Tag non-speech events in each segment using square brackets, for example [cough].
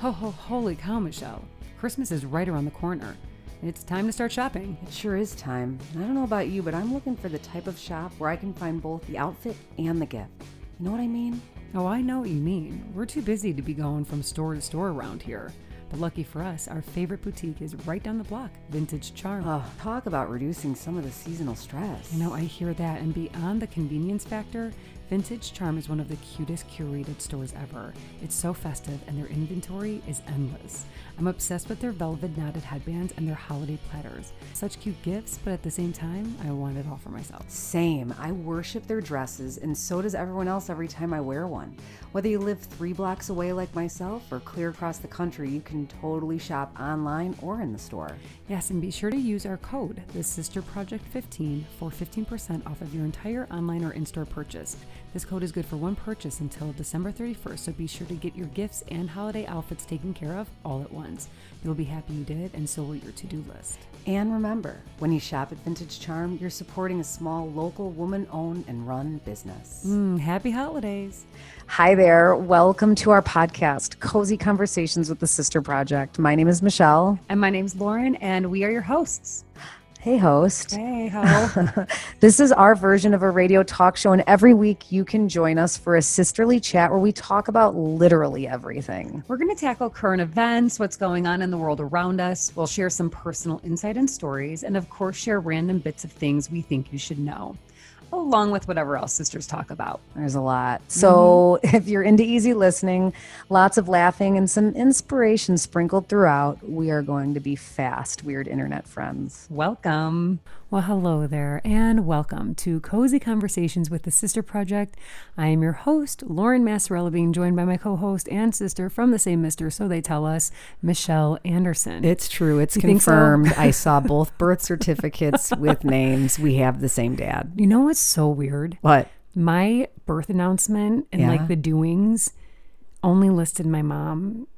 Ho ho holy cow, Michelle. Christmas is right around the corner. And it's time to start shopping. It sure is time. And I don't know about you, but I'm looking for the type of shop where I can find both the outfit and the gift. You know what I mean? Oh, I know what you mean. We're too busy to be going from store to store around here. But lucky for us, our favorite boutique is right down the block, Vintage Charm. Ugh, talk about reducing some of the seasonal stress. You know, I hear that, and beyond the convenience factor, Vintage Charm is one of the cutest curated stores ever. It's so festive, and their inventory is endless. I'm obsessed with their velvet knotted headbands and their holiday platters. Such cute gifts, but at the same time, I want it all for myself. Same. I worship their dresses, and so does everyone else every time I wear one. Whether you live three blocks away like myself or clear across the country, you can totally shop online or in the store. Yes, and be sure to use our code, the Sister Project 15, for 15% off of your entire online or in-store purchase. This code is good for one purchase until December 31st, so be sure to get your gifts and holiday outfits taken care of all at once. You'll be happy you did, and so will your to-do list. And remember, when you shop at Vintage Charm, you're supporting a small local woman-owned and run business. Mm, happy holidays. Hi there. Welcome to our podcast, Cozy Conversations with the Sister Project. My name is Michelle. And my name's Lauren, and we are your hosts. Hey, host. Hey, ho. [laughs] this is our version of a radio talk show, and every week you can join us for a sisterly chat where we talk about literally everything. We're going to tackle current events, what's going on in the world around us. We'll share some personal insight and stories, and of course, share random bits of things we think you should know along with whatever else sisters talk about. There's a lot. So mm-hmm. if you're into easy listening, lots of laughing and some inspiration sprinkled throughout, we are going to be fast, weird internet friends. Welcome. Well, hello there, and welcome to Cozy Conversations with the Sister Project. I am your host, Lauren Massarella, being joined by my co host and sister from the same mister, so they tell us, Michelle Anderson. It's true. It's you confirmed. So? I [laughs] saw both birth certificates with names. We have the same dad. You know what? what's so weird? What? My birth announcement and yeah. like the doings only listed my mom.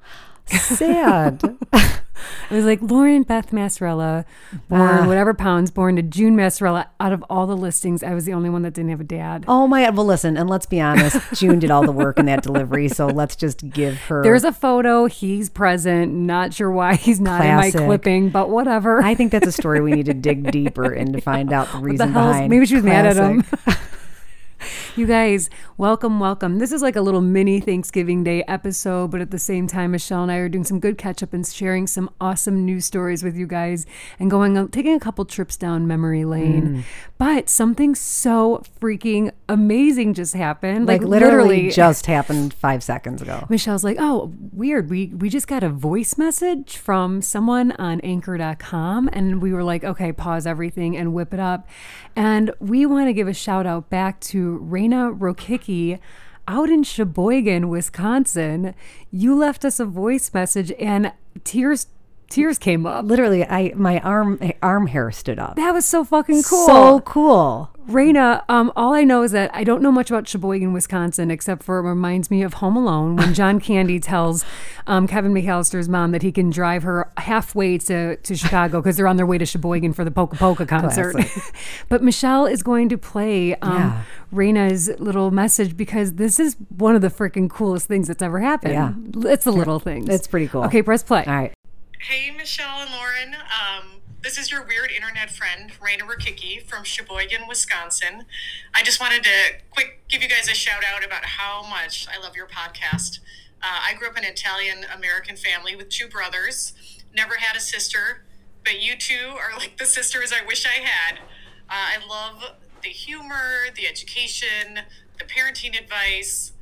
Sad. it was like Lauren Beth Massarella, born uh, whatever pounds, born to June Massarella. Out of all the listings, I was the only one that didn't have a dad. [laughs] Oh my God. Well, listen, and let's be honest, June did all the work in that delivery. So let's just give her. There's a photo. He's present. Not sure why he's not Classic. in my clipping, but whatever. I think that's a story we need to dig deeper in to find out the reason the behind. Maybe she was Classic. mad at [laughs] him. [laughs] You guys, welcome, welcome. This is like a little mini Thanksgiving Day episode, but at the same time, Michelle and I are doing some good catch up and sharing some awesome news stories with you guys and going on, taking a couple trips down memory Hmm. lane. Mm. But something so freaking amazing just happened. Like, like literally, literally, just happened five seconds ago. Michelle's like, oh, weird. We we just got a voice message from someone on anchor.com and we were like, okay, pause everything and whip it up. And we want to give a shout out back to Rain Dana Rokicki out in Sheboygan, Wisconsin. You left us a voice message and tears tears came up. Literally, I my arm my arm hair stood up. That was so fucking cool. So cool. Raina, um, all I know is that I don't know much about Sheboygan, Wisconsin, except for it reminds me of Home Alone when [laughs] John Candy tells um, Kevin McAllister's mom that he can drive her halfway to, to Chicago because they're on their way to Sheboygan for the Polka Polka concert. [laughs] but Michelle is going to play um, yeah. Raina's little message because this is one of the freaking coolest things that's ever happened. Yeah. It's the little things. It's pretty cool. Okay, press play. All right. Hey, Michelle and Lauren. Um, this is your weird internet friend, Raina Rukicki from Sheboygan, Wisconsin. I just wanted to quick give you guys a shout out about how much I love your podcast. Uh, I grew up in an Italian American family with two brothers, never had a sister, but you two are like the sisters I wish I had. Uh, I love the humor, the education, the parenting advice,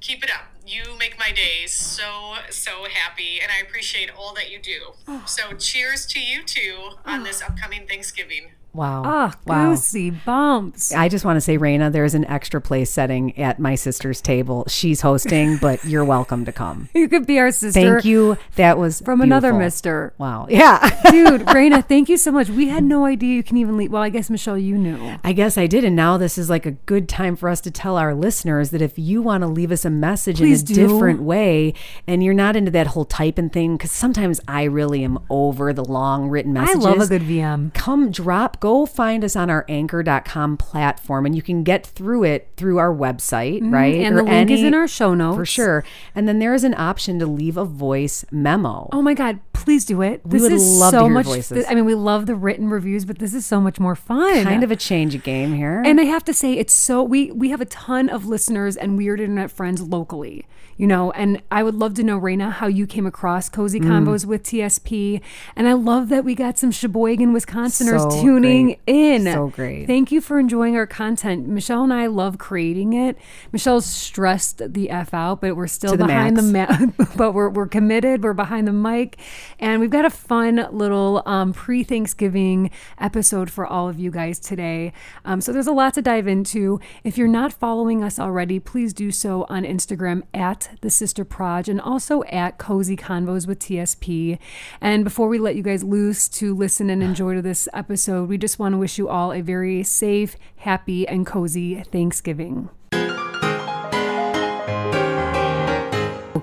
keep it up. You make my days so, so happy, and I appreciate all that you do. Oh. So, cheers to you two on this upcoming Thanksgiving. Wow. Ah, oh, wow. goosey bumps. I just want to say, Raina, there's an extra place setting at my sister's table. She's hosting, but you're welcome to [laughs] come. You could be our sister. Thank you. That was from beautiful. another mister. Wow. Yeah. [laughs] Dude, Raina, thank you so much. We had no idea you can even leave. Well, I guess, Michelle, you knew. I guess I did. And now this is like a good time for us to tell our listeners that if you want to leave us a message Please in a do. different way and you're not into that whole typing thing, because sometimes I really am over the long written messages. I love a good VM. Come drop, go find us on our anchor.com platform and you can get through it through our website, right? Mm-hmm, And Or the link is any- in our show notes. For sure. And then there is an option to leave a voice memo. Oh my God, please do it. this would is love to so hear your much. voices. I mean, we love the written reviews, but this is so much more fun. kind of a change of game here. And I have to say, it's so we we have a ton of listeners and weird internet friends locally, you know. And I would love to know, Raina, how you came across Cozy Mm. Combos with TSP. And I love that we got some Sheboygan, Wisconsiners So tuning great. in. So great. Thank you for enjoying our content. Michelle and I love creating it. Michelle's stressed the f out, but we're still To the behind the ma- [laughs] but we're we're committed. We're behind the mic, and we've got a fun little um, pre-Thanksgiving episode for all of you guys today. Um, so there's a lot to dive into. If you're not following us already, please do so on Instagram at the Sister Proj and also at Cozy Convos with TSP. And before we let you guys loose to listen and enjoy to this episode, we just want to wish you all a very safe, happy, and cozy Thanksgiving.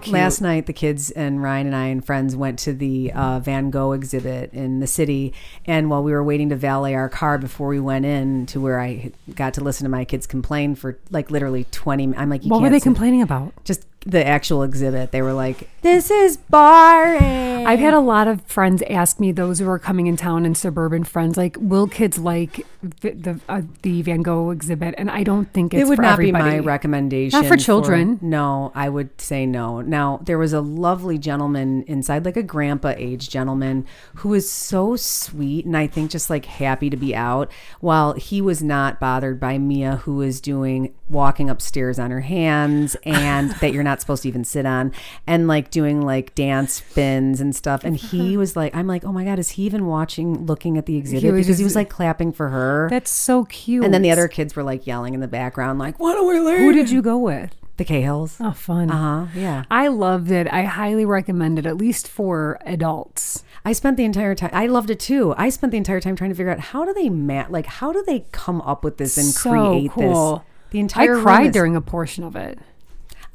Last night, the kids and Ryan and I and friends went to the uh, Van Gogh exhibit in the city. And while we were waiting to valet our car before we went in to where I got to listen to my kids complain for like literally 20 I'm like, you What can't were they sit- complaining about? Just the actual exhibit. They were like, this is boring. I've had a lot of friends ask me those who are coming in town and suburban friends like, will kids like the the, uh, the Van Gogh exhibit? And I don't think it's it would for not be my everybody. recommendation. Not for children. no, I would say no. Now, there was a lovely gentleman inside, like a grandpa age gentleman, who was so sweet and I think just like happy to be out. While he was not bothered by Mia, who was doing walking upstairs on her hands [laughs] and that you're not supposed to even sit on and like doing like dance spins and stuff. [laughs] And he was like, I'm like, oh my God, is he even watching, looking at the exhibit? was because he just- was like clapping for her. That's so cute. And then the other kids were like yelling in the background, like, "What are we learning?" Who did you go with? The Cahills. Oh, fun. Uh huh. Yeah. I loved it. I highly recommend it, at least for adults. I spent the entire time. I loved it too. I spent the entire time trying to figure out how do they ma- like how do they come up with this and So create cool. this. The entire I room cried is- during a portion of it.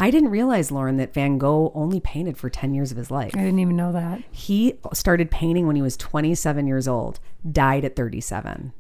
I didn't realize Lauren that Van Gogh only painted for ten years of his life. I didn't even know that. He started painting when he was twenty seven years old. Died at thirty seven.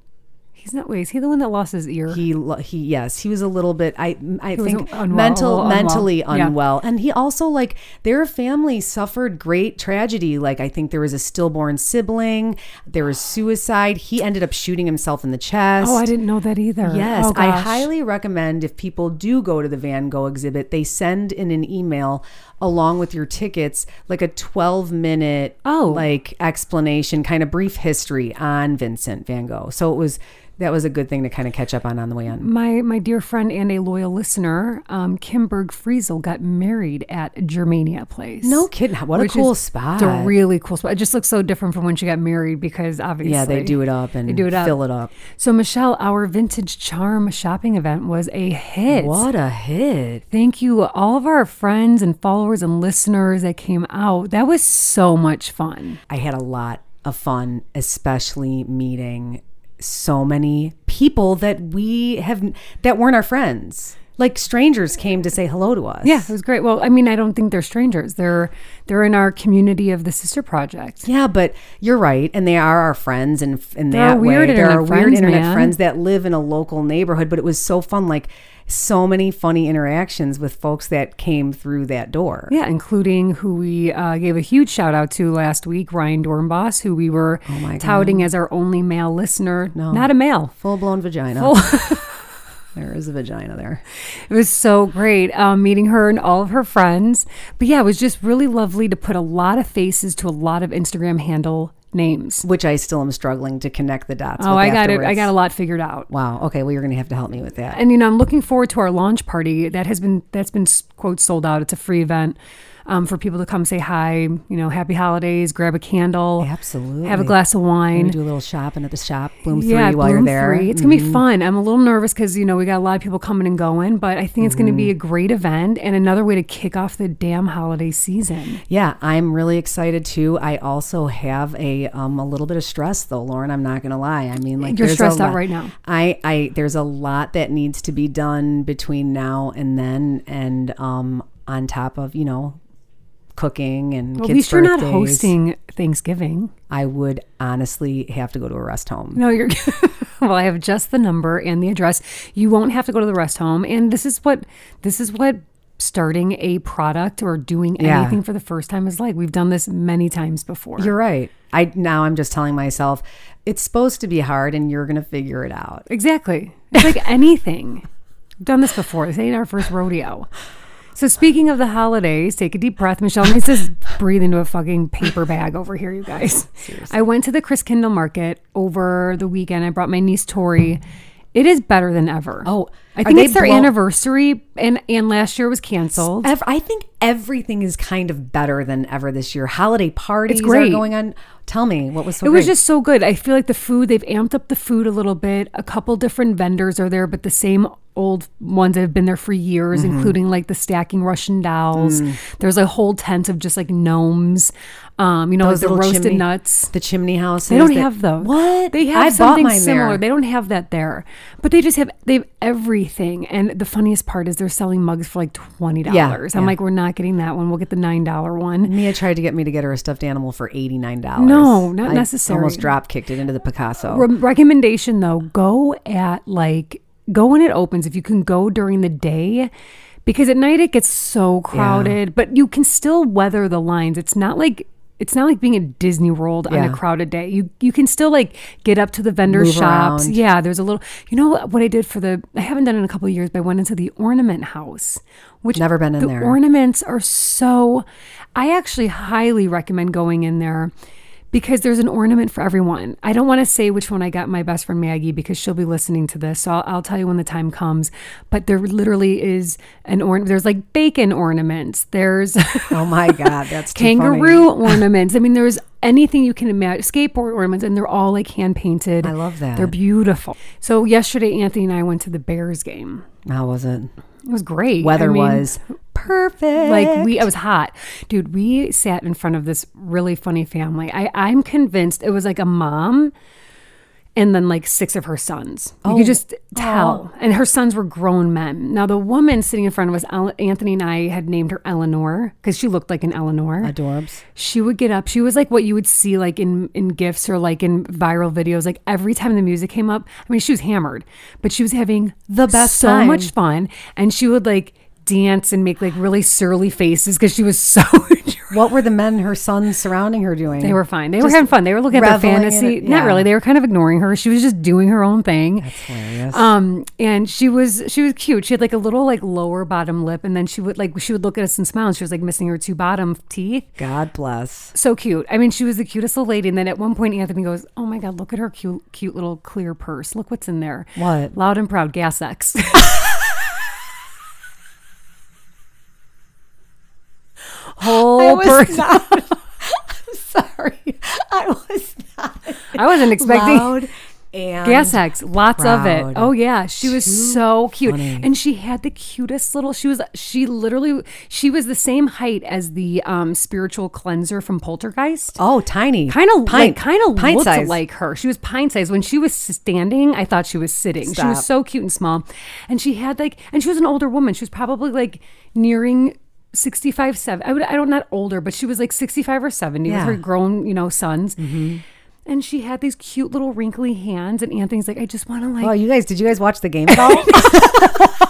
He's not. Wait, is he the one that lost his ear? He lo- he yes he was a little bit I I was think unwell- mental unwell. mentally Yeah. unwell and he also like their family suffered great tragedy like I think there was a stillborn sibling there was suicide he ended up shooting himself in the chest oh, I didn't know that either. Yes, Oh, I gosh. highly recommend if people do go to the Van Gogh exhibit, they send in an email along with your tickets, like a 12 minute, Oh. like explanation, kind of brief history on Vincent Van Gogh. So it was, that was a good thing to kind of catch up on on the way in. My my dear friend and a loyal listener, um, Kimberg Friesel got married at Germania Place. No kidding. What a Which cool is spot. The really cool spot. It just looks so different from when she got married because obviously yeah, they do it up and They do it up. fill it up. So Michelle, our vintage charm shopping event was a hit. What a hit. Thank you all of our friends and followers and listeners that came out. That was so much fun. I had a lot of fun, especially meeting so many people that we have that weren't our friends. Like strangers came to say hello to us. Yeah, it was great. Well, I mean, I don't think they're strangers. They're they're in our community of the Sister Project. Yeah, but you're right, and they are our friends, and in are that weird way, there internet are weird friends, internet man. friends that live in a local neighborhood. But it was so fun, like so many funny interactions with folks that came through that door. Yeah, including who we uh, gave a huge shout out to last week, Ryan Dornbos, who we were Oh touting as our only male listener. Not a male. Full blown vagina. [laughs] there is a vagina there. It was so great um, meeting her and all of her friends. But yeah, it was just really lovely to put a lot of faces to a lot of Instagram handle names. Which I still am struggling to connect the dots. Oh, with I got it. I afterwards. got a lot figured out. Wow. Okay. Well, you're going to have to help me with that. And you know, I'm looking forward to our launch party that has been that's been quote sold out. It's a free event um, for people to come say hi. You know, happy holidays. Grab a candle. Absolutely. Have a glass of wine. We do a little shopping at the shop, Bloom yeah, Three, while you're Bloom there. Mm-hmm. Three. It's gonna be fun. I'm a little nervous because you know we got a lot of people coming and going, but I think it's gonna Mm-hmm. be a great event and another way to kick off the damn holiday season. Yeah, I'm really excited too. I also have a um, a little bit of stress though, Lauren. I'm not going to lie. I mean, like You're there's a stressed out lot- right now. I I there's a lot that needs to be done between now and then, and um, on top of you know, cooking and Well, kids' at least you're not birthdays. hosting Thanksgiving. I would honestly have to go to a rest home. No, you're. [laughs] well, I have just the number and the address. You won't have to go to the rest home. And this is what this is what starting a product or doing Yeah. anything for the first time is like. We've done this many times before. You're right. I now I'm just telling myself it's supposed to be hard and you're going to figure it out. Exactly. It's [laughs] like anything. We've done this before. This ain't our first rodeo. So speaking of the holidays, take a deep breath. Michelle needs to breathe into a fucking paper bag over here, you guys. I went to the Chris Kindle market over the weekend. I brought my niece Tori. It is better than ever. Oh, I are think they it's their blow- anniversary and and last year was canceled. Ev- I think everything is kind of better than ever this year. Holiday parties great. are going on. Tell me what was so It was great? just so good. I feel like the food, they've amped up the food a little bit. A couple different vendors are there, but the same old ones that have been there for years, Mm-hmm. including like the stacking Russian dolls. Mm. There's a whole tent of just like gnomes, um, you know, like the little roasted chimney- nuts. the chimney houses. They don't that- have those. What They have I bought something mine similar. There. They don't have that there. But they just have they have everything. And the funniest part is they're selling mugs for like twenty dollars. I'm yeah. like, we're not getting that one. We'll get the nine dollar one. Mia tried to get me to get her a stuffed animal for eighty nine dollars. No, not necessary. Almost drop kicked it into the Picasso. Re- recommendation though, go at like go when it opens. If you can go during the day, because at night it gets so crowded, but you can still weather the lines. It's not like it's not like being at Disney World on a Yeah. crowded day. You you can still like get up to the vendor Move shops. around. Yeah, there's a little. You know what, what I did for the? I haven't done it in a couple of years, but I went into the ornament house, which Never been in the there. Ornaments are so. I actually highly recommend going in there because there's an ornament for everyone. I don't want to say which one I got my best friend Maggie because she'll be listening to this, so I'll, I'll tell you when the time comes. But there literally is an ornament. There's like bacon ornaments. There's oh my god, [laughs] that's too [laughs] funny. [laughs] kangaroo ornaments. I mean, there's anything you can imagine, skateboard ornaments, and they're all like hand painted. I love that. They're beautiful. So yesterday, Anthony and I went to the Bears game. How was it? It was great. Weather I mean, was perfect. like we, it was hot, dude. We sat in front of this really funny family. I, I'm convinced it was like a mom, and then like six of her sons. You Oh. could just tell, and her sons were grown men. Now the woman sitting in front of us, Ele- Anthony and I had named her Eleanor because she looked like an Eleanor adorbs. she would get up. She was like what you would see like in in gifs or like in viral videos. Like every time the music came up, I mean, she was hammered, but she was having the best so time. much fun, and she would like dance and make like really surly faces because she was so. [laughs] What were the men, her sons, surrounding her doing? They were fine. They were having fun. They were looking at their reveling in fantasy. it. Not Yeah. really. They were kind of ignoring her. She was just doing her own thing. That's hilarious. Um, and she was she was cute. She had like a little like lower bottom lip, and then she would like she would look at us and smile. And she was like missing her two bottom teeth. God bless. so cute. I mean, she was the cutest little lady. And then at one point, Anthony goes, "Oh my god, look at her cute, cute little clear purse. Look what's in there. What? Loud and proud gas X." [laughs] Whole purse. not. [laughs] I'm sorry. I was not I [laughs] wasn't expecting. loud and Gas X, lots of proud. it. Oh yeah, she was so cute, funny. and she had the cutest little. She was she literally she was the same height as the um, spiritual cleanser from Poltergeist. Oh, tiny. kind of like pint, kind of pint looked size. like her. She was pine sized when she was standing. I thought she was sitting. She was Stop. so cute and small, and she had like and she was an older woman. She was probably like nearing. 65 7 I would I don't not older but she was like 65 or 70 Yeah. Mm-hmm. with her grown you know sons and she had these cute little wrinkly hands and Anthony's like I just want to like Oh, you guys, did you guys watch the game [laughs] at all?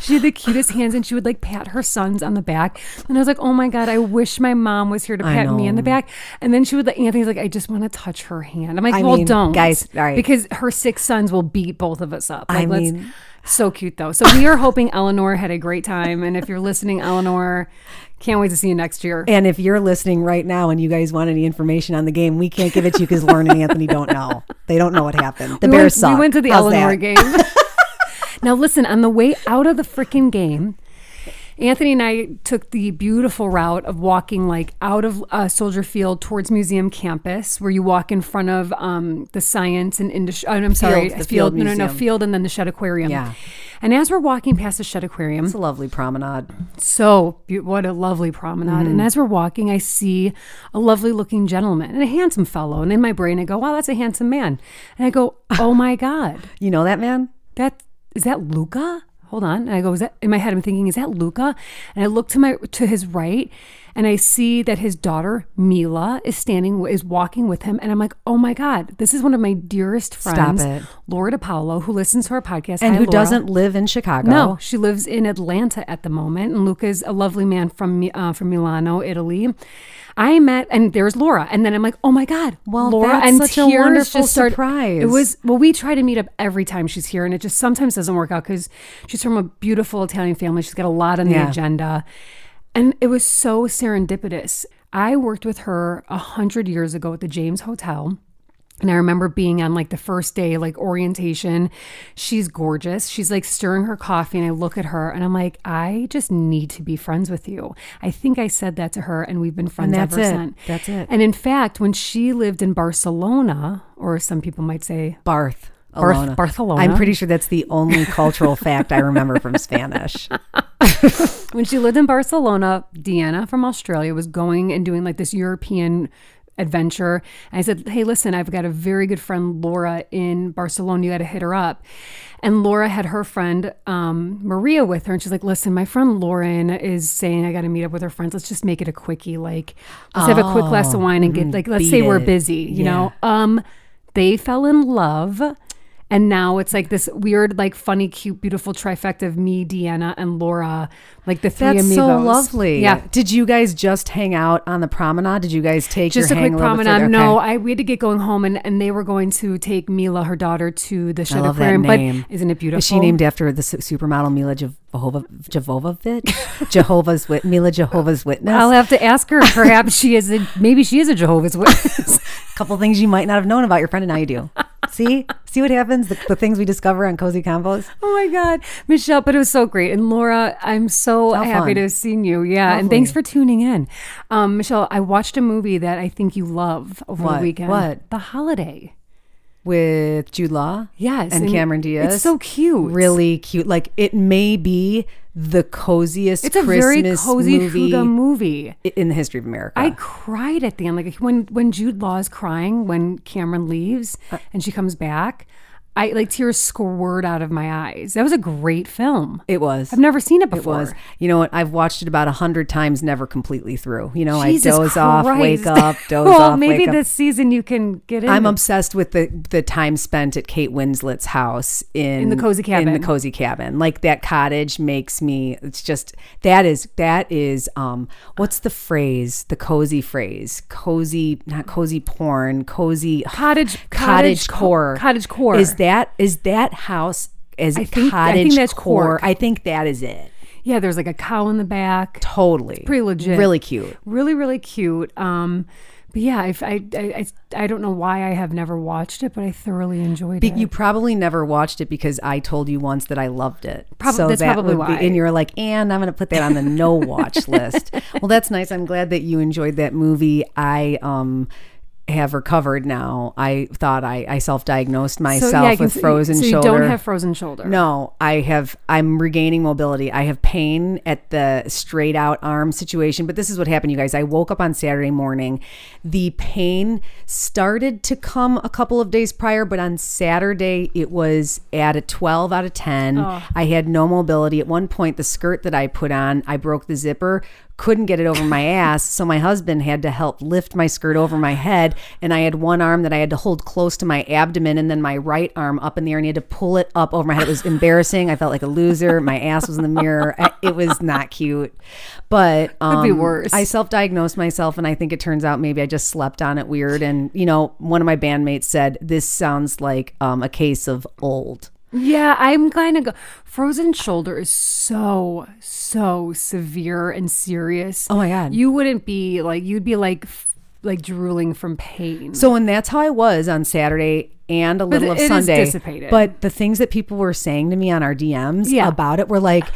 She had the cutest hands and she would like pat her sons on the back. And I was like, oh my God, I wish my mom was here to I pat me on the know. back. And then she would like, Anthony's like, I just want to touch her hand. I'm like, I well, mean, don't. guys, all right. Because her six sons will beat both of us up. I Like, let's- mean- so cute though. So we are hoping Eleanor had a great time. And if you're listening, Eleanor, can't wait to see you next year. and if you're listening right now and you guys want any information on the game, we can't give it to you because Lauren and Anthony don't know. They don't know what happened. The we went, Bears we suck. went to the How's Eleanor that? game. [laughs] [laughs] now listen, on the way out of the freaking game, Anthony and I took the beautiful route of walking like out of uh, Soldier Field towards museum campus, where you walk in front of um, the science and industry. Oh, I'm sorry, Field, the Field no, no, no, Museum. field, and then the Shed Aquarium. Yeah. And as we're walking past the Shed Aquarium, It's a lovely promenade. so be- what a lovely promenade. Mm-hmm. And as we're walking, I see a lovely looking gentleman and a handsome fellow. And in my brain, I go, wow, that's a handsome man. And I go, oh my God You know that man? that is that Luca? Hold on. And I go, is that in my head? I'm thinking, is that Luca? And I look to my to his right, and I see that his daughter Mila is standing is walking with him, and I'm like, oh my god, this is one of my dearest friends, it. Laura DiPaolo, who listens to our podcast and Hi, who Laura. doesn't live in Chicago. No, she lives in Atlanta at the moment, and Luca's a lovely man from Mi- uh, from Milano, Italy. I met, and there's Laura, and then I'm like, oh my god, Well, Laura, that's and such a tears wonderful just started- surprise. It was well, we try to meet up every time she's here, and it just sometimes doesn't work out because she's from a beautiful Italian family. She's got a lot on the Yeah. agenda, and it was so serendipitous. I worked with her a hundred years ago at the James Hotel. And I remember being on like the first day, like orientation. She's gorgeous. She's like stirring her coffee. And I look at her and I'm like, I just need to be friends with you. I think I said that to her and we've been friends that's ever it. since. That's it. And in fact, when she lived in Barcelona, or some people might say, Barth. Barth- Alona. Barcelona. I'm pretty sure that's the only cultural fact I remember from [laughs] Spanish. when she lived in Barcelona, Deanna from Australia was going and doing like this European adventure. And I said, Hey, listen, I've got a very good friend, Laura, in Barcelona. You got to hit her up. And Laura had her friend um, Maria with her. And she's like, Listen, my friend Lauren is saying I got to meet up with her friends. Let's just make it a quickie. Like, let's have a quick glass of wine and get, like, let's say Oh, mm-hmm. beat we're it. busy, you know? Um, they fell in love. And now it's like this weird, like funny, cute, beautiful trifecta of me, Deanna, and Laura, like the three That's amigos. so lovely. Yeah. Did you guys just hang out on the promenade? Did you guys take Just a your hang quick little bit promenade. further? No, Okay. I we had to get going home, and, and they were going to take Mila, her daughter, to the Shed love that Aquarium. But name. isn't it beautiful? Is she named after the su- supermodel Mila Jehovah, [laughs] Jehovovich? Jehovah's Wit- Mila Jehovah's Witness? I'll have to ask her. Perhaps she is. A, maybe she is a Jehovah's Witness. couple things you might not have known about your friend, and now [laughs] you do. See, see what happens. The, the things we discover on Cozy Combos. oh my God, Michelle! But it was so great, and Laura, I'm so happy fun. to have seen you. Yeah, and Lovely. thanks for tuning in, um, Michelle. I watched a movie that I think you love over What? the weekend. What? The Holiday. with Jude Law. Yes, And, and Cameron Diaz. it's so cute. Really cute. Like it may be the coziest It's a Christmas very cozy movie Huga movie. i- in the history of America. I cried at the end, like when when Jude Law is crying when Cameron leaves Uh. and she comes back. I like tears squirt out of my eyes. That was a great film. it was. I've never seen it before. was. You know what? I've watched it about a hundred times, never completely through. You know, Jesus I doze off, wake Christ. [laughs] up, doze well, off, maybe wake up. this season you can get in. I'm obsessed with the the time spent at Kate Winslet's house in, In the cozy In the cabin. cozy cabin, like that cottage makes me. It's just that is that is um what's the phrase? The cozy phrase? Cozy, not cozy porn. Cozy cottage cottage co- core. cottage core Is that is that house? Is it think- I think cottage that's core? cork. I think that is it. yeah. There's like a cow in the back. Totally, pretty legit. Really cute. really really cute um but yeah if I, I i i don't know why i have never watched it but i thoroughly enjoyed Be- it You probably never watched it because I told you once that I loved it. Prob- that's probably would why. Be, and you were like, "And I'm going to put that on [laughs] the no watch list." Well, that's nice. I'm glad that you enjoyed that movie. I um have recovered now. I thought I, I self-diagnosed myself I can with see- frozen so you shoulder. don't have frozen shoulder No, I have. I'm regaining mobility. I have pain at the straight out arm situation. But this is what happened, you guys. I woke up on Saturday morning. The pain started to come a couple of days prior, but on Saturday it was at a 12 out of 10. I had no mobility. At one point, the skirt that I put on, I broke the zipper. Couldn't get it over [laughs] my ass, so my husband had to help lift my skirt over my head. And I had one arm that I had to hold close to my abdomen, and then my right arm up in the air, and he had to pull it up over my head. It was embarrassing. I felt like a loser. My ass was in the mirror. I- It was not cute. [laughs] But um, be worse. I self-diagnosed myself, and I think it turns out maybe I just slept on it weird. And you know, one of my bandmates said this sounds like um, a case of old. yeah i'm kind of go- frozen shoulder is so so severe and serious Oh my God. you wouldn't be like you'd be like f- like drooling from pain So and that's how I was on Saturday and a little of it is Sunday. dissipated. But the things that people were saying to me on our DMs Yeah. about it were like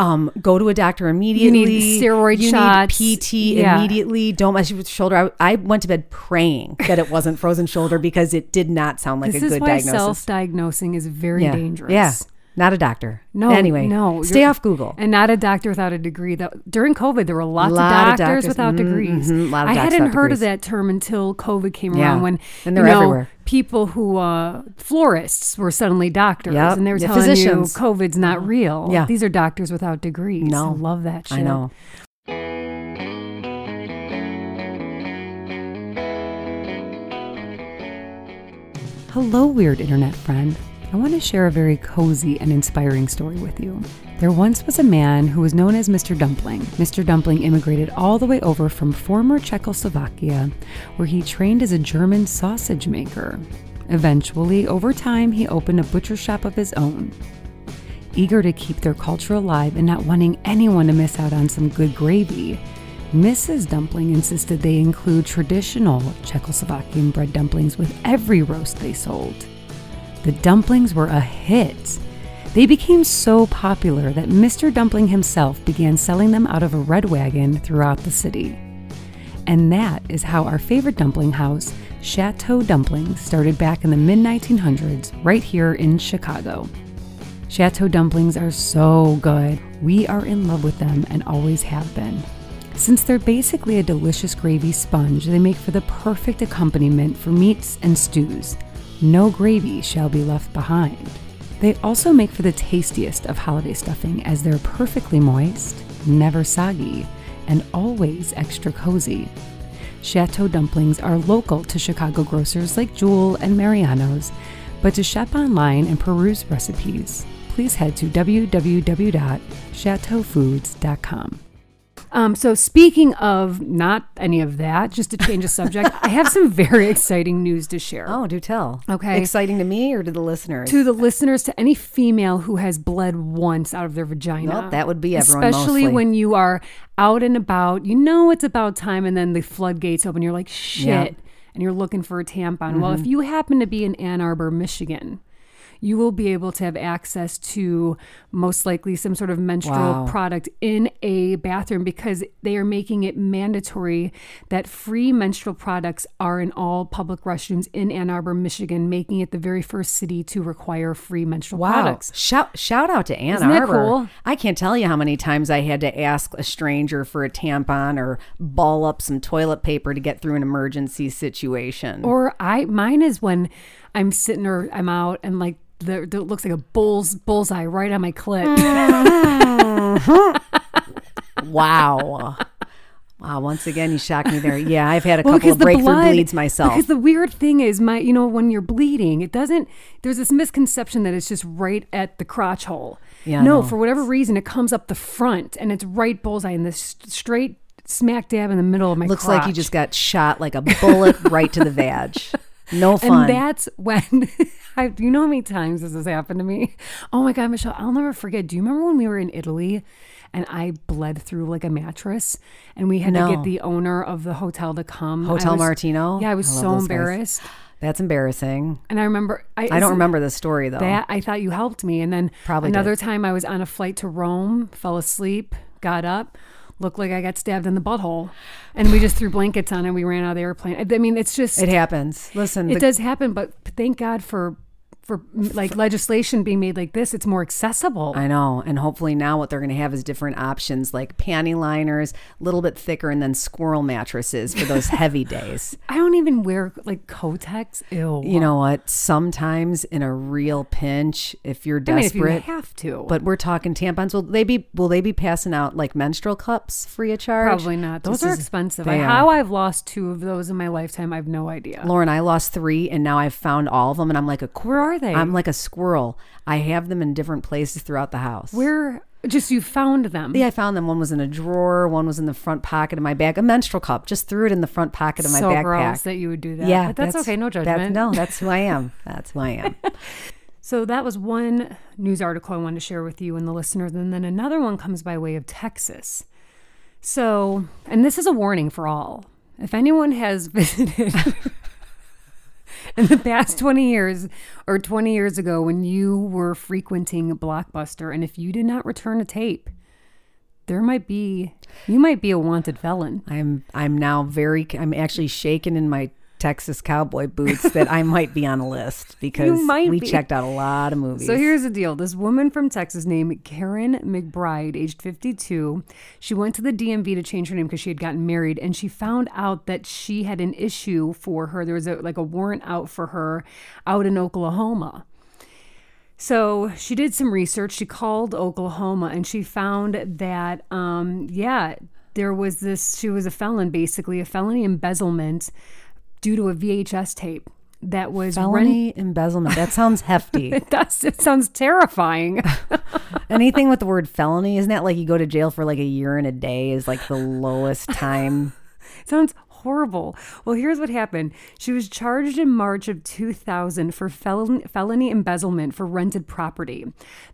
um, go to a doctor immediately. steroid you shots. Need PT Yeah. immediately. Don't mess with shoulder. I, I went to bed praying that it wasn't frozen shoulder because it did not sound like this a is good why diagnosis. self-diagnosing is very yeah. dangerous Yeah. Not a doctor. No. Anyway, no. Stay you're- off Google. And not a doctor without a degree. That during COVID, there were lots Lot of of doctors, doctors. without degrees. Mhm, lot of I docs hadn't without heard of degrees. that term until COVID came Yeah. around. When And they're you know, everywhere. People who uh, florists were suddenly doctors, Yep. and they were The telling physicians. you COVID's not real. Yeah. These are doctors without degrees. No. I love that. Shit. I know. Hello, weird internet friend. I want to share a very cozy and inspiring story with you. There once was a man who was known as Mr. Dumpling. Mr. Dumpling immigrated all the way over from former Czechoslovakia, where he trained as a German sausage maker. Eventually, over time, he opened a butcher shop of his own. Eager to keep their culture alive and not wanting anyone to miss out on some good gravy, Mrs. Dumpling insisted they include traditional Czechoslovakian bread dumplings with every roast they sold. The dumplings were a hit. They became so popular that Mr. Dumpling himself began selling them out of a red wagon throughout the city. And that is how our favorite dumpling house, Chateau Dumplings, started back in the mid 1900s right here in Chicago. Chateau dumplings are so good. We are in love with them and always have been. Since they're basically a delicious gravy sponge, they make for the perfect accompaniment for meats and stews. No gravy shall be left behind. They also make for the tastiest of holiday stuffing as they're perfectly moist, never soggy, and always extra cozy. Chateau dumplings are local to Chicago grocers like Jewel and Mariano's, but to shop online and peruse recipes, please head to www.chateaufoods.com. Um, so speaking of not any of that, just to change the subject, I have some very exciting news to share. Oh, do tell. Okay. Exciting to me or to the listeners? To the listeners, to any female who has bled once out of their vagina. Well, that would be everyone Especially mostly. when you are out and about, you know it's about time, and then the floodgates open. You're like, shit. Yeah. Mm-hmm. And you're looking for a tampon. Well, if you happen to be in Ann Arbor, Michigan, you will be able to have access to most likely some sort of menstrual Wow. product in a bathroom because they are making it mandatory that free menstrual products are in all public restrooms in Ann Arbor, Michigan, making it the very first city to require free menstrual Wow. products. Shout shout out to Ann Isn't that Arbor. cool? I can't tell you how many times I had to ask a stranger for a tampon or ball up some toilet paper to get through an emergency situation. Or [laughs] I mine is when I'm sitting or I'm out and like the, the, it looks like a bull's bullseye right on my [laughs] clit. wow. Wow, once again you shocked me there. Yeah, I've had a couple because of breakthrough Oh, blood, bleeds myself. Because the weird thing is, my you know, when you're bleeding, it doesn't. There's this misconception that it's just right at the crotch hole. Yeah, No, no. for whatever reason, it comes up the front and it's right bullseye in this straight smack dab in the middle of my. Looks like you crotch. just got shot like a bullet right to [laughs] the vag. No fun. And that's when [laughs] I you know how many times this has happened to me? Oh my god, Michelle, I'll never forget. Do you remember when we were in Italy and I bled through like a mattress and we had to No. get the owner of the hotel to come? I Hotel was- Martino? Yeah, I was I love so those guys. embarrassed. That's embarrassing. And I remember I, I don't remember. remember the story though. That I thought you helped me, and then Probably another time I was on a flight to Rome, fell asleep, got up, looked like I got stabbed in the butthole, and we just threw blankets on and we ran out of the airplane. I- I mean, it's just it happens. Listen, it the does happen but thank god for for like legislation being made like this it's more accessible I know. And hopefully now what they're going to have is different options like panty liners, a little bit thicker, and then squirrel mattresses [laughs] for those heavy days. i don't even wear like kotex ew You know what? Sometimes in a real pinch, if you're I mean, if desperate, you have to but we're talking tampons. Will they be will they be passing out like menstrual cups free of charge? probably not those This are is- expensive I, they are. how i've lost two of those in my lifetime i've no idea Lauren, I lost three and now I've found all of them and I'm like a where are they I'm like a squirrel. I have them in different places throughout the house. where just you found them Yeah, I found them. One was in a drawer. One was in the front pocket of my bag. A menstrual cup. Just threw it in the front pocket of my so backpack. gross that you would do that yeah, but that's, okay no that- judgment no, that's who I am. That's who [laughs] I am. So that was one news article I wanted to share with you and the listeners. And then another one comes by way of Texas. So, and this is a warning for all. If anyone has [laughs] visited in the past 20 years or 20 years ago when you were frequenting Blockbuster, and if you did not return a tape, there might be, you might be a wanted felon. I'm I'm now very. I'm actually shaken in my Texas cowboy boots that I might be on [laughs] a list because might we be. checked out a lot of movies. So here's the deal. This woman from Texas named Karen McBride, aged 52, she went to the DMV to change her name because she had gotten married and she found out that she had an issue for her. There was a, like a warrant out for her out in Oklahoma. So she did some research. She called Oklahoma and she found that, um, yeah, there was this, she was a felon, basically, a felony embezzlement due to a VHS tape. that was [laughs] rent- Felony embezzlement. That [laughs] sounds hefty. It does. It sounds terrifying. Anything with the word felony, isn't that like you go to jail for like a year and a day is like the [laughs] lowest time? Sounds horrible. Well, here's what happened. She was charged in March of 2000 for felon- felony embezzlement for rented property.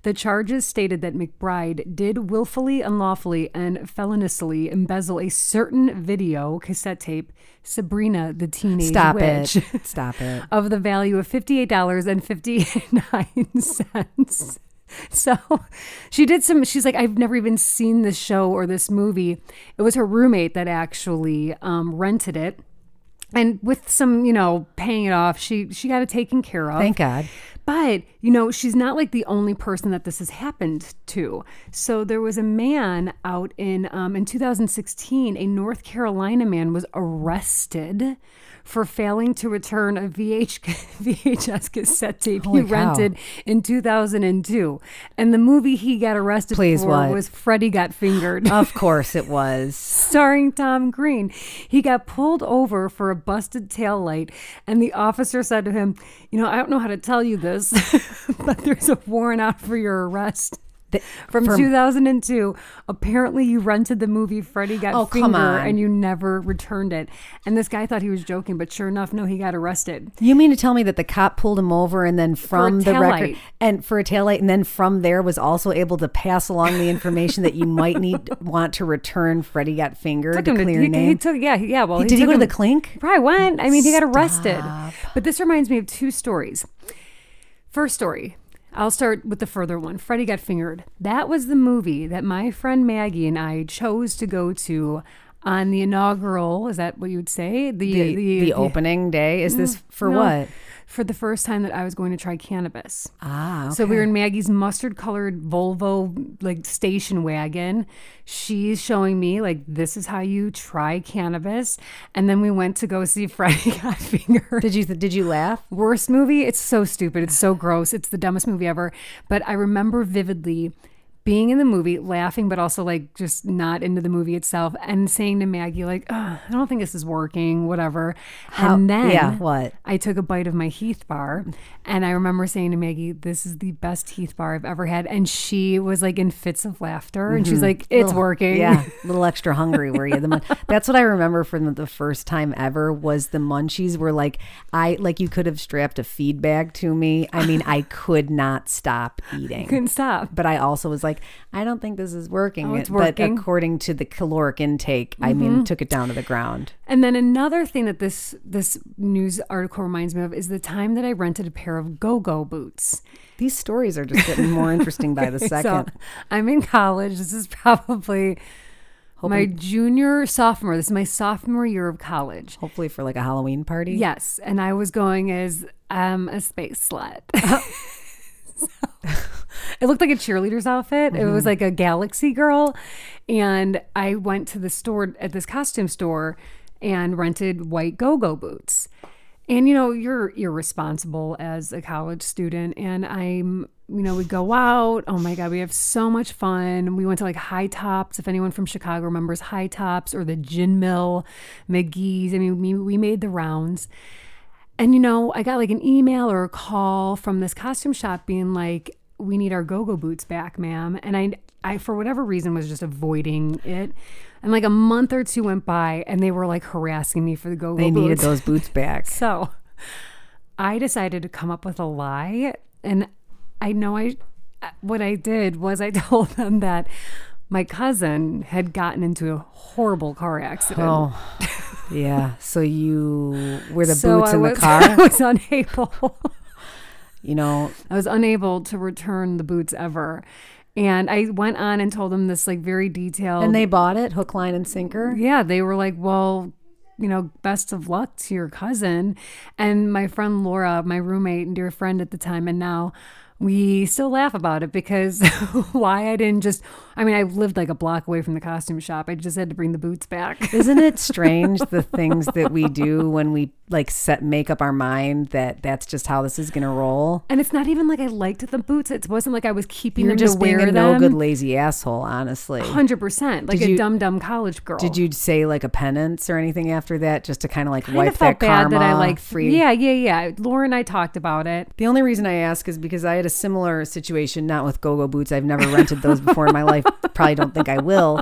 The charges stated that McBride did willfully, unlawfully, and feloniously embezzle a certain video cassette tape, Sabrina the Teenage Stop Witch. [laughs] it. Stop it. Of the value of $58.59. [laughs] So she did some, she's like, I've never even seen this show or this movie. It was her roommate that actually um, rented it. And with some, you know, paying it off, she she got it taken care of. Thank God. [laughs] But, you know, she's not like the only person that this has happened to. So there was a man out in um, in 2016, a North Carolina man was arrested for failing to return a [laughs] VH, VHS cassette tape Holy he cow. rented in 2002. And the movie he got arrested Please, for what? Oh, was Freddy Got Fingered Of course it was. starring Tom Green. He got pulled over for a busted taillight, and the officer said to him, You know, I don't know how to tell you this, [laughs] but there's a warrant out for your arrest. The- From, 2002, apparently you rented the movie Freddy Got Oh, Finger come on. and you never returned it. And this guy thought he was joking, but sure enough, no, he got arrested. You mean to tell me that the cop pulled him over and then from the record taillight. and for a taillight and then from there was also able to pass along the information that you [laughs] might need want to return Freddie Got Fingered to Took him clear to, your he, name? he took yeah he- yeah well Did he took go to him- the clink? He probably went. I mean, he got arrested. But this reminds me of two stories. First story. I'll start with the further one. Freddie got fingered. That was the movie that my friend Maggie and I chose to go to on the inaugural. Is that what you would say? the, the, opening day is this for Mm, no, what? For the first time that I was going to try cannabis. Ah, So we were in Maggie's mustard colored Volvo like station wagon. She's showing me like this is how you try cannabis. And then we went to go see Freddy [laughs] Got Fingered. Did you did you laugh? Worst movie. It's so stupid. It's so gross. It's the dumbest movie ever. But I remember vividly being in the movie, laughing, but also like just not into the movie itself, and saying to Maggie, like, "Ugh, I don't think this is working, whatever. and then yeah, what? I took a bite of my Heath bar, and I remember saying to Maggie, "This is the best Heath bar I've ever had," and she was like in fits of laughter, and she's like, "It's working." Mm-hmm. Yeah, a little extra hungry were you? The mun- that's what I remember from the, the first time ever was the munchies were like I like you could have strapped a feed bag to me. I mean, I could not stop eating. [laughs] couldn't stop. But I also was like, I don't think this is working. it's But working. according to the caloric intake, I mean, took it down to the ground. And then another thing that this this news article reminds me of is the time that I rented a pair of go-go boots. These stories are just getting more interesting by the second. [laughs] So I'm in college. This is probably my junior sophomore. This is my sophomore year of college. Hopefully for like a Halloween party. Yes, and I was going as um, a space slut. [laughs] So, it looked like a cheerleader's outfit. It was like a galaxy girl, and I went to the store at this costume store and rented white go-go boots. And you know, you're irresponsible as a college student, and I'm. You know, we go out. Oh my God, we have so much fun. We went to like High Tops. If anyone from Chicago remembers High Tops or the Gin Mill, McGee's, I mean, we, we made the rounds. And you know, I got like an email or a call from this costume shop being like, "We need our go-go boots back, ma'am." And I, I for whatever reason was just avoiding it. And like a month or two went by, and they were like harassing me for the go-go They boots. needed those boots [laughs] back. So I decided to come up with a lie. And I know I, what I did was I [laughs] told them that my cousin had gotten into a horrible car accident. Oh, yeah. So you were the so boots I in was, [laughs] the I car. was unable. You know, I was unable to return the boots ever. And I went on and told them this like very detailed. and they bought it hook, line, and sinker. yeah, they were like, well, you know, best of luck to your cousin. And my friend Laura, my roommate and dear friend at the time, and now we still laugh about it because [laughs] why I didn't just, I mean, I lived like a block away from the costume shop. I just had to bring the boots back. Isn't it strange the things that we do when we like set make up our mind that that's just how this is going to roll? And it's not even like I liked the boots. It wasn't like I was keeping You're them just to wear being a them. no good lazy asshole, honestly. 100%. Like Did a you- dumb, dumb college girl. Did you say like a penance or anything after that just to kind of like I wipe felt that bad karma that I like free? Yeah, yeah, yeah. Laura and I talked about it. The only reason I ask is because I had a similar situation, not with go-go boots. I've never rented those before in [laughs] my life. Probably don't think I will.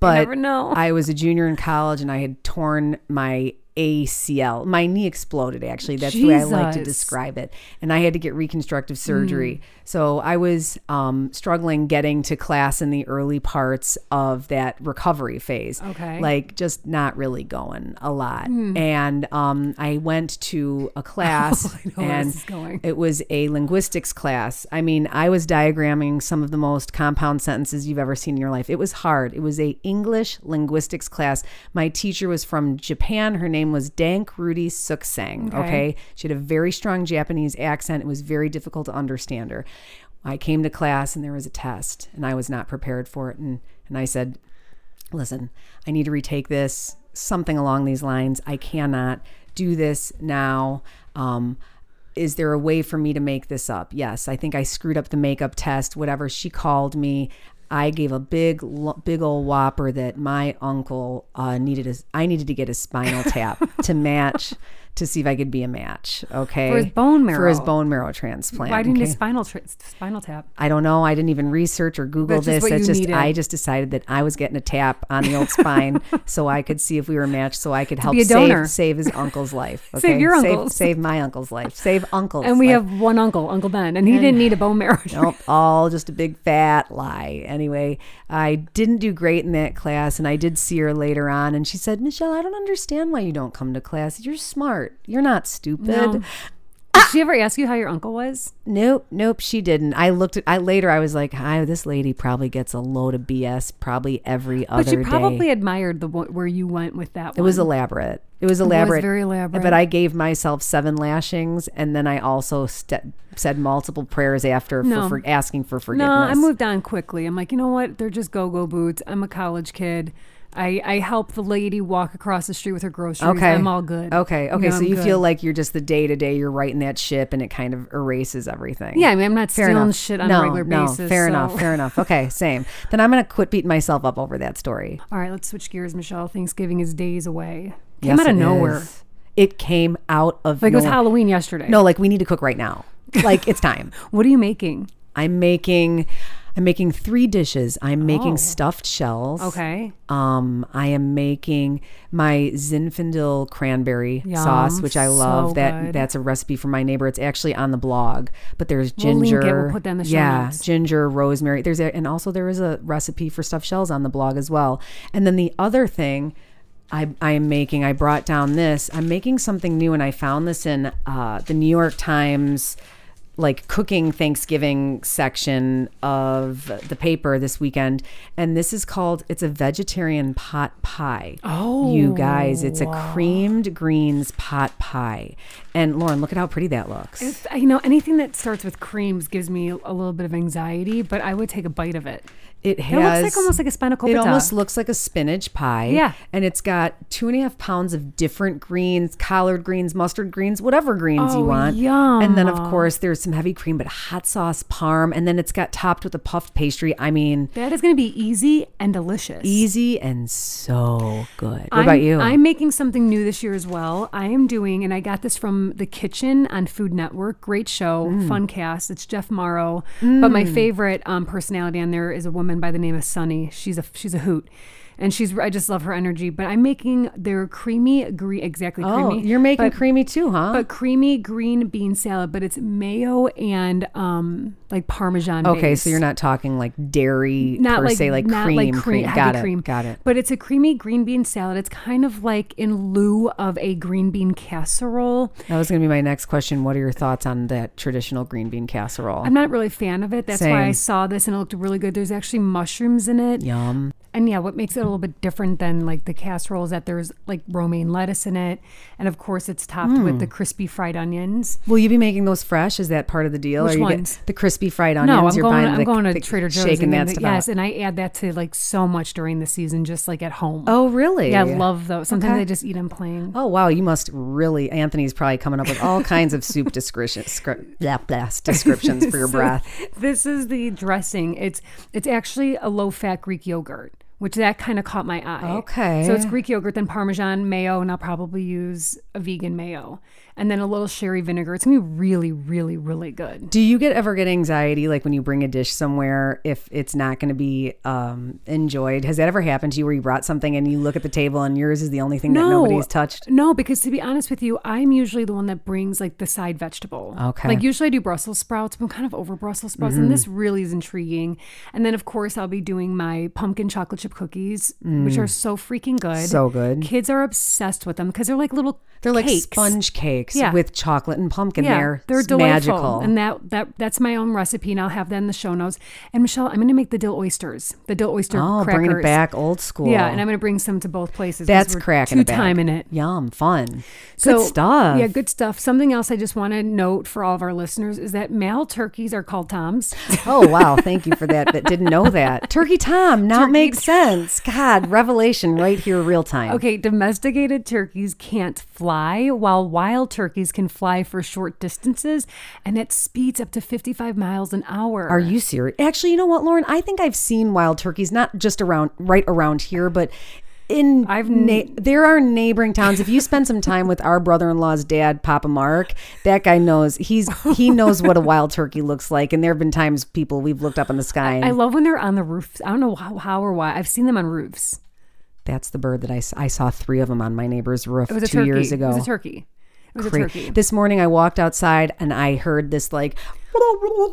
But never know. I was a junior in college and I had torn my ACL. My knee exploded actually. That's the way I like Jesus. to Hmm. describe it. And I had to get reconstructive surgery. So I was um, struggling getting to class in the early parts of that recovery phase. Okay. Hmm. Like just not really going a lot. And um, I went to [laughs] a class Oh, know where and this is going. it was a linguistics class. I mean, I was diagramming some of the most compound sentences you've ever seen in your life. It was hard. It was a English linguistics class. My teacher was from Japan. Her name was Dank Rudy Suksang. Okay. She had a very strong Japanese accent. It was very difficult to understand her. I came to class and there was a test and I was not prepared for it. And, and I said, listen, I need to retake this, something along these lines. I cannot do this now. Um, is there a way for me to make this up? Yes, I think I screwed up the makeup test, whatever she called me. I gave a big, lo- big old whopper that my uncle uh, needed. A, I needed to get [laughs] a spinal tap to match to see if I could be a match. Okay, his bone for his marrow. bone marrow transplant. Why didn't okay? you spinal tra- spinal tap? I don't know. I didn't even research or Google That's just this. what you That's just needed. I just decided that I was getting a tap on the [laughs] old spine so I could see if we were matched so I could help be a donor. save save his uncle's life. [laughs] Save your save, uncle's. save my uncle's life. Save uncle's And we life. have one uncle, Uncle Ben, and he didn't need a bone [laughs] marrow. Nope, all just a big fat lie. Anyway, I didn't do great in that class, and I did see her later on, and she said, "Michelle, I don't understand why you don't come to class. You're smart. You're not stupid." No. Did she ever ask you how your uncle was? Nope, nope, she didn't. I looked at I later I was like, "Hi, this lady probably gets a load of BS probably every other But she day." probably admired the one- where you went with that. It was elaborate. It was elaborate. very elaborate. But I gave myself seven lashings and then I also st- said multiple prayers after No. for, for asking for forgiveness. No, Uh, I moved on quickly. I'm like, you know what? They're just go-go boots. I'm a college kid. I, I help the lady walk across the street with her groceries. Okay. I'm all good. Okay. Okay. No, so I'm you good. feel like you're just the day to day, you're writing that ship and it kind of erases everything. Yeah, I mean, I'm not Fair stealing enough. shit on no, a regular no, basis. Fair so- enough. Fair enough. Okay. Same. Then I'm going to quit beating myself up over that story. All right, let's switch gears, Michelle. Thanksgiving is days away. Yes, Came out of it nowhere. is. It came out of Like it was nowhere. Halloween yesterday. No, like we need to cook right now. Like [laughs] it's time. What are you making? I'm making I'm making three dishes. I'm making stuffed shells. Oh. Okay. Um, I am making my Zinfandel cranberry Yum, sauce, which I love. so that good. that's a recipe from my neighbor. It's actually on the blog, but there's We'll link ginger. it. We'll put that in the show yeah, notes. ginger, rosemary. There's a, and also there is a recipe for stuffed shells on the blog as well. And then the other thing. I, I am making. I brought down this. I'm making something new, and I found this in uh, the New York Times like cooking Thanksgiving section of the paper this weekend, and this is called it's a vegetarian pot pie. Oh, you guys, it's a creamed greens pot pie. And Lauren, look at how pretty that looks. It's- You know, anything that starts with creams gives me a little bit of anxiety, but I would take a bite of it. It looks has like almost like a spanakopita. It almost looks like a spinach pie. Yeah. and it's got two and a half pounds of different greens: collard greens, mustard greens, whatever greens you Oh, want. And then of yum. course there's some heavy cream, but hot sauce, parm, and then it's got topped with a puffed pastry. I mean, That is going to be easy and delicious. easy and so good. What I'm, about you? I'm making something new this year as well. I am doing, and I got this from The Kitchen on Food Network. Great show, Mm. fun cast. It's Jeff Morrow, but my favorite um, personality on there is a woman by the name of Sunny. She's a she's a hoot, and she's I just love her energy. But I'm making their creamy, gre- exactly oh, creamy. you're making but creamy too, huh? a creamy green bean salad, but it's mayo and um like parmesan. okay, base. so you're not talking like dairy per se, like not cream, cream. heavy Got it. cream. Got it. But it's a creamy green bean salad. It's kind of like in lieu of a green bean casserole. That was going to be my next question. What are your thoughts on that traditional green bean casserole? I'm not really a fan of it. That's why I Same. saw this and it looked really good. There's actually mushrooms in it. Yum. And yeah, what makes it little bit different than like the casseroles that there's like romaine lettuce in it, and of course it's topped Hmm. with the crispy fried onions. Will you be making those fresh? Is that part of the deal? Which Are you get- ones? the crispy fried onions. No, I'm you're going. buying I'm the- going to the- Trader Joe's. shaking and then that the- stuff yes, out. and I add that to like so much during the season, just like at home. Oh, really? yeah, I love those. Sometimes Okay. I just eat them plain. Oh wow, you must really. Anthony's probably coming up with all kinds of soup descriptions, script, blah, blah, [laughs] descriptions for your breath. This is the dressing. It's it's actually a low fat Greek yogurt, which that kind of caught my eye. Okay. So it's Greek yogurt, then Parmesan mayo, and I'll probably use a vegan mayo, and then a little sherry vinegar. It's gonna be really, really, really good. Do you get ever get anxiety like when you bring a dish somewhere if it's not going to be um, enjoyed? Has that ever happened to you where you brought something and you look at the table and yours is the only thing that nobody's touched? No, because to be honest with you, I'm usually the one that brings like the side vegetable. Okay. Mm-hmm. Like usually I do Brussels sprouts, but I'm kind of over Brussels sprouts, and this really is intriguing. And then of course I'll be doing my pumpkin chocolate chip cookies, which are so freaking good. Mm. So good. Kids are obsessed with them because they're like little They're like cakes. sponge cakes Yeah. with chocolate and pumpkin. Yeah, they're they're s- delightful, magical. and that that that's my own recipe, and I'll have that in the show notes. And Michelle, I'm going to make the dill oysters, the dill oyster oh, crackers. bringing it back old school. Yeah, and I'm going to bring some to both places. 'cause that's we're crack in Two a bag. time in it. Yum, fun. So- good stuff. Yeah, good stuff. Something else I just want to note for all of our listeners is that male turkeys are called [laughs] toms. Oh wow, thank you for that. But didn't know [laughs] that. Turkey Tom now makes sense. God, revelation right here, real time. Okay, domesticated turkeys can't fly, while wild turkeys can fly for short distances and at speeds up to 55 miles an hour. Are you serious? Actually, you know what, Lauren? I think I've seen wild turkeys, not just around right around here, but in I've na- there are neighboring towns. If you spend some time with our brother-in-law's dad, Papa Mark, that guy knows he's [laughs] he knows what a wild turkey looks like. And there have been times people we've looked up in the sky and I love when they're on the roofs. I don't know how, how or why. I've seen them on roofs. that's the bird that I, s- I saw three of them on my neighbor's roof It was a two turkey. years ago. It was a turkey. It was Cra- a turkey. This morning I walked outside and I heard this like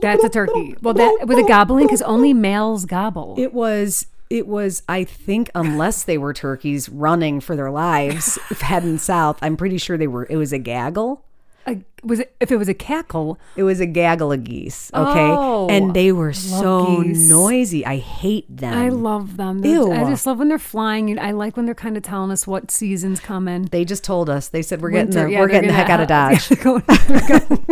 That's a turkey. Well, [laughs] that was a gobbling because only males gobble. It was it was I think unless they were turkeys running for their lives [laughs] heading south, I'm pretty sure they were it was a gaggle. A- was it, if it was a cackle, It was a gaggle of geese, okay? Oh, and they were so geese. noisy. I hate them. I love them. They're- Ew. I just love when they're flying. And I like when they're kind of telling us what season's coming. they just told us. They said we're Winter, getting the, yeah, we're they're getting the gonna- heck out [laughs] yeah, of Dodge. they're going- they're going-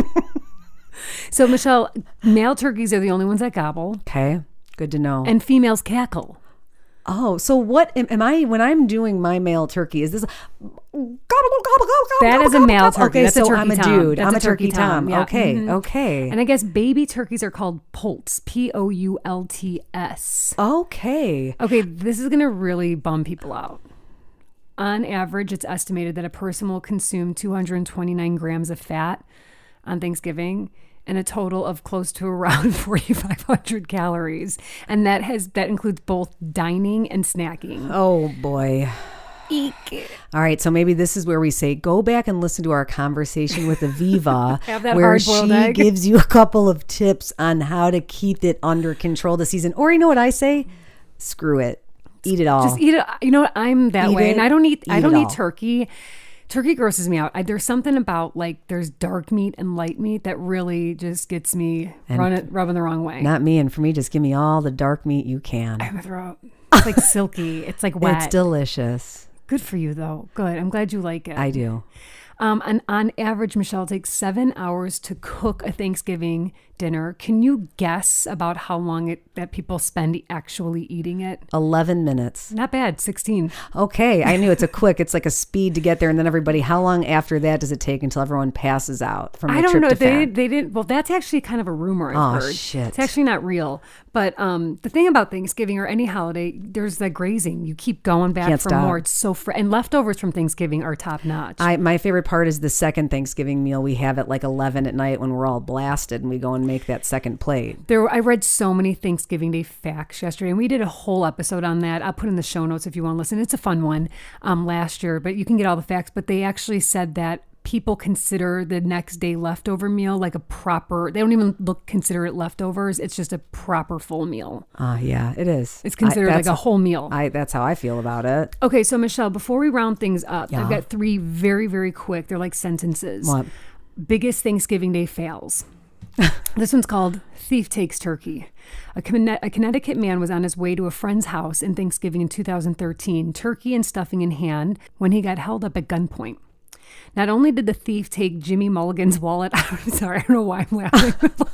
so, Michelle, male turkeys are the only ones that gobble, Okay. Good to know. and females cackle. oh, so what am, am I when I'm doing my male turkey? Is this gobble gobble gobble gobble? That gobble, is a gobble, male gobble? turkey. Okay, That's a so turkey I'm a tom. dude. That's I'm a a turkey, turkey tom. tom, yeah. Okay, Mhm. okay, And I guess baby turkeys are called poults, P O U L T S. okay. Okay, this is going to really bum people out. On average, it's estimated that a person will consume 229 grams of fat on Thanksgiving and a total of close to [laughs] around 4500 calories and that has that includes both dining and [gasps] snacking Oh boy. Eek. All right, so maybe this is where we say go back and listen to our conversation with Aviva, [laughs] Have that where hard-boiled she egg. gives you a couple of tips on how to keep it under control this season. Or you know what I say? Screw it, eat it all. just eat it you know what i'm that Eat way it, and i don't eat i eat don't it eat all. turkey turkey grosses me out I, there's something about like there's dark meat and light meat that really just gets me run it, rubbing the wrong way Not me, and for me, just give me all the dark meat you can. my throat. [laughs] It's like silky. It's like wet. It's delicious. Good for you though. Good. I'm glad you like it. I do. um, and on average, Michelle it takes seven hours to cook a Thanksgiving dinner. Can you guess about how long it that people spend actually eating it? Eleven minutes. Not bad. Sixteen. Okay, I knew it's a quick. It's like a speed to get there, and then everybody. How long after that does it take until everyone passes out from the I don't trip know. to They fan? they didn't. Well, that's actually kind of a rumor I've Oh, heard. shit. It's actually not real. But um, the thing about Thanksgiving or any holiday, there's the grazing. You keep going back Can't for stop. more. It's so fr- and leftovers from Thanksgiving are top notch. I my favorite part is the second Thanksgiving meal we have at like eleven at night when we're all blasted and we go and make that second plate. There, I read so many Thanksgiving Day facts yesterday, and we did a whole episode on that. I'll put in the show notes if you want to listen. It's a fun one um, last year, but you can get all the facts. But they actually said that people consider the next day leftover meal like a proper. They don't even look consider it leftovers. It's just a proper full meal. Ah, yeah, it is. It's considered I, like that's- a whole meal. I that's how I feel about it. okay, so Michelle, before we round things up, I've got three very, very quick. They're like sentences. What? [laughs] Biggest Thanksgiving Day fails. This one's called Thief Takes Turkey. A, Conne- a Connecticut man was on his way to a friend's house in Thanksgiving in 2013, turkey and stuffing in hand, when he got held up at gunpoint. Not only did the thief take Jimmy Mulligan's wallet, [laughs] I'm sorry, I don't know why I'm laughing. [laughs]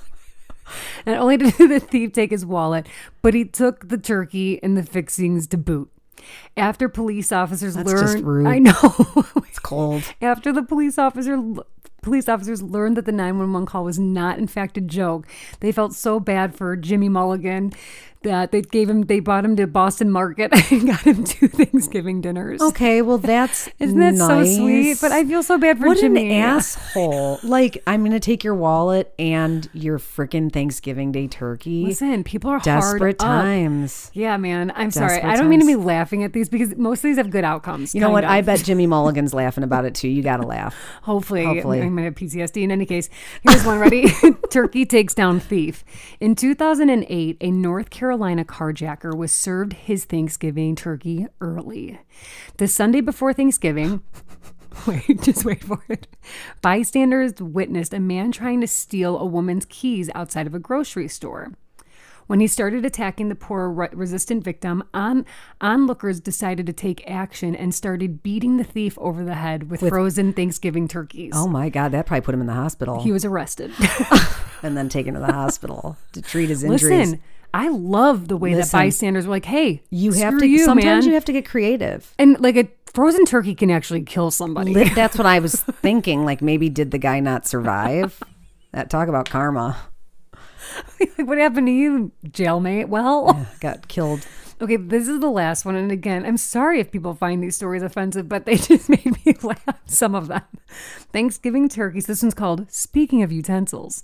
Not only did [laughs] the thief take his wallet, but he took the turkey and the fixings to boot. After police officers learned, just rude. I know. [laughs] It's cold. After the police officer police officers learned that the 911 call was not in fact a joke, they felt so bad for Jimmy Mulligan that they gave him they bought him to Boston Market [laughs] and got him two Thanksgiving dinners. Okay, well that's [laughs] Isn't that nice. so sweet? But I feel so bad for what Jimmy. an asshole! like I'm gonna take your wallet and your freaking Thanksgiving Day turkey. Listen, people are Desperate hard up. times. Yeah, man. I'm sorry. Desperate I don't mean to times. be laughing at these because most of these have good outcomes. You know kind what? of. I [laughs] bet Jimmy Mulligan's laughing about it too. You gotta laugh. Hopefully, Hopefully. I might have PTSD. In any case, here's one [laughs] ready. [laughs] Turkey takes down thief. In 2008, a North Carolina carjacker was served his Thanksgiving turkey early. The Sunday before [laughs] Thanksgiving, wait, just wait for it. Bystanders witnessed a man trying to steal a woman's keys outside of a grocery store. When he started attacking the poor re- resistant victim, on- onlookers decided to take action and started beating the thief over the head with, frozen Thanksgiving turkeys. Oh my god, that probably put him in the hospital He was [laughs] arrested. and then taken to the hospital to treat his injuries. Listen, I love the way Listen. that bystanders were like, "Hey, you have screw to. you, sometimes man." you have to get creative. and like a frozen turkey can actually kill somebody. Li- That's what I was thinking. Like maybe did the guy not survive? That talk about karma. like, [laughs] what happened to you, jailmate? Well, Got killed. okay, this is the last one. And again, I'm sorry if people find these stories offensive, but they [laughs] just made me laugh. Some of them. Thanksgiving turkeys. This one's called Speaking of Utensils.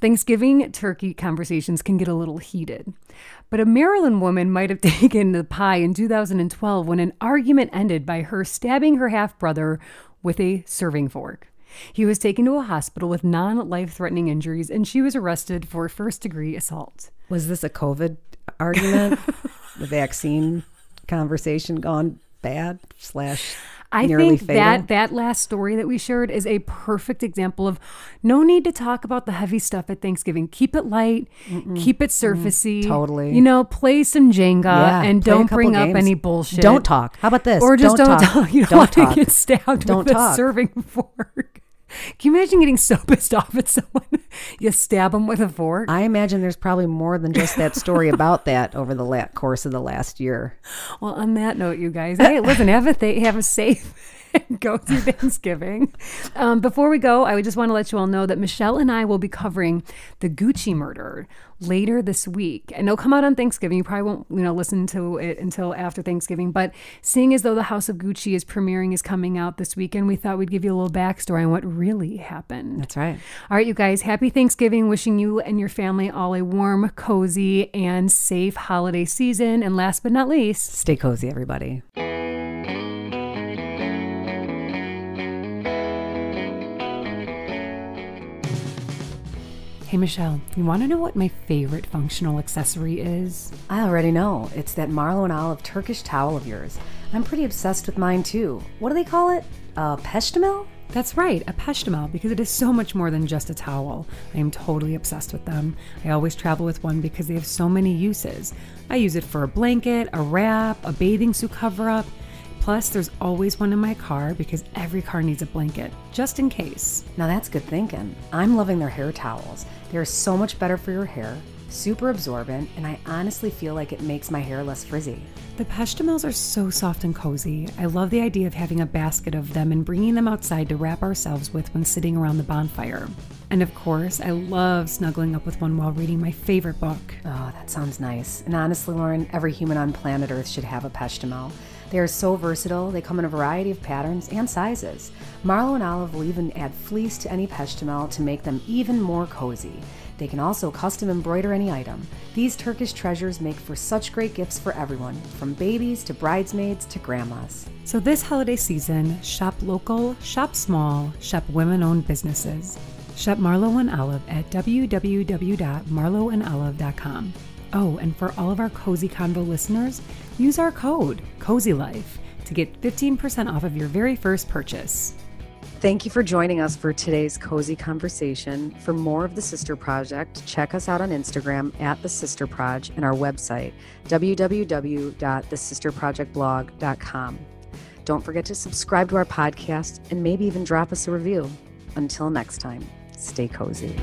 Thanksgiving turkey conversations can get a little heated. But a Maryland woman might have [laughs] taken the pie in 2012 when an argument ended by her stabbing her half brother with a serving fork. He was taken to a hospital with non life threatening injuries and she was arrested for first degree assault. Was this a COVID [laughs] argument? the vaccine conversation gone bad slash I nearly think fatal? that that last story that we shared is a perfect example of no need to talk about the heavy stuff at Thanksgiving. Keep it light, keep it surfacey. totally. You know, play some Jenga Yeah, and play a don't couple bring up games. any bullshit. Don't talk. How about this? Or just don't, Don't talk. [laughs] talk. You don't, Don't want talk. to get stabbed Don't with a talk. serving fork. [laughs] Can you imagine getting so pissed off at someone [laughs] you stab them with a fork? I imagine there's probably more than just that [laughs] story about that over the la- course of the last year. Well, on that note, you guys, hey, listen, have a th- have a safe [laughs] and go through Thanksgiving. Um, before we go, I would just want to let you all know that Michelle and I will be covering the Gucci murder later this week, and it'll come out on Thanksgiving. You probably won't, you know, listen to it until after Thanksgiving. But seeing as though the House of Gucci is premiering is coming out this weekend, we thought we'd give you a little backstory on what really happened. That's right. All right, you guys, happy Thanksgiving. Wishing you and your family all a warm, cozy, and safe holiday season. And last but not least, Stay cozy, everybody. Hey Michelle, you want to know what my favorite functional accessory is? I already know. It's that Marlo and Olive Turkish towel of yours. I'm pretty obsessed with mine too. What do they call it? Uh, Peshtemel? That's right, a peshtemel, because it is so much more than just a towel. I am totally obsessed with them. I always travel with one because they have so many uses. I use it for a blanket, a wrap, a bathing suit cover up. Plus, there's always one in my car because every car needs a blanket, just in case. Now that's good thinking. I'm loving their hair towels. They're so much better for your hair, super absorbent, and I honestly feel like it makes my hair less frizzy. The Peshtemels are so soft and cozy. I love the idea of having a basket of them and bringing them outside to wrap ourselves with when sitting around the bonfire. And of course, I love snuggling up with one while reading my favorite book. Oh, that sounds nice. And honestly, Lauren, every human on planet Earth should have a Peshtemel. They are so versatile, they come in a variety of patterns and sizes. Marlo and Olive will even add fleece to any Peshtemel to make them even more cozy. They can also custom embroider any item. These Turkish treasures make for such great gifts for everyone, from babies to bridesmaids to grandmas. So, this holiday season, shop local, shop small, shop women owned businesses. Shop Marlowe and Olive at www.marloweandolive.com. Oh, and for all of our Cozy Convo listeners, use our code COZYLIFE to get 15% off of your very first purchase. Thank you for joining us for today's cozy conversation. For more of the Sister Project, check us out on Instagram at the Sister Proj and our website www.thesisterprojectblog.com. Don't forget to subscribe to our podcast and maybe even drop us a review. Until next time, stay cozy.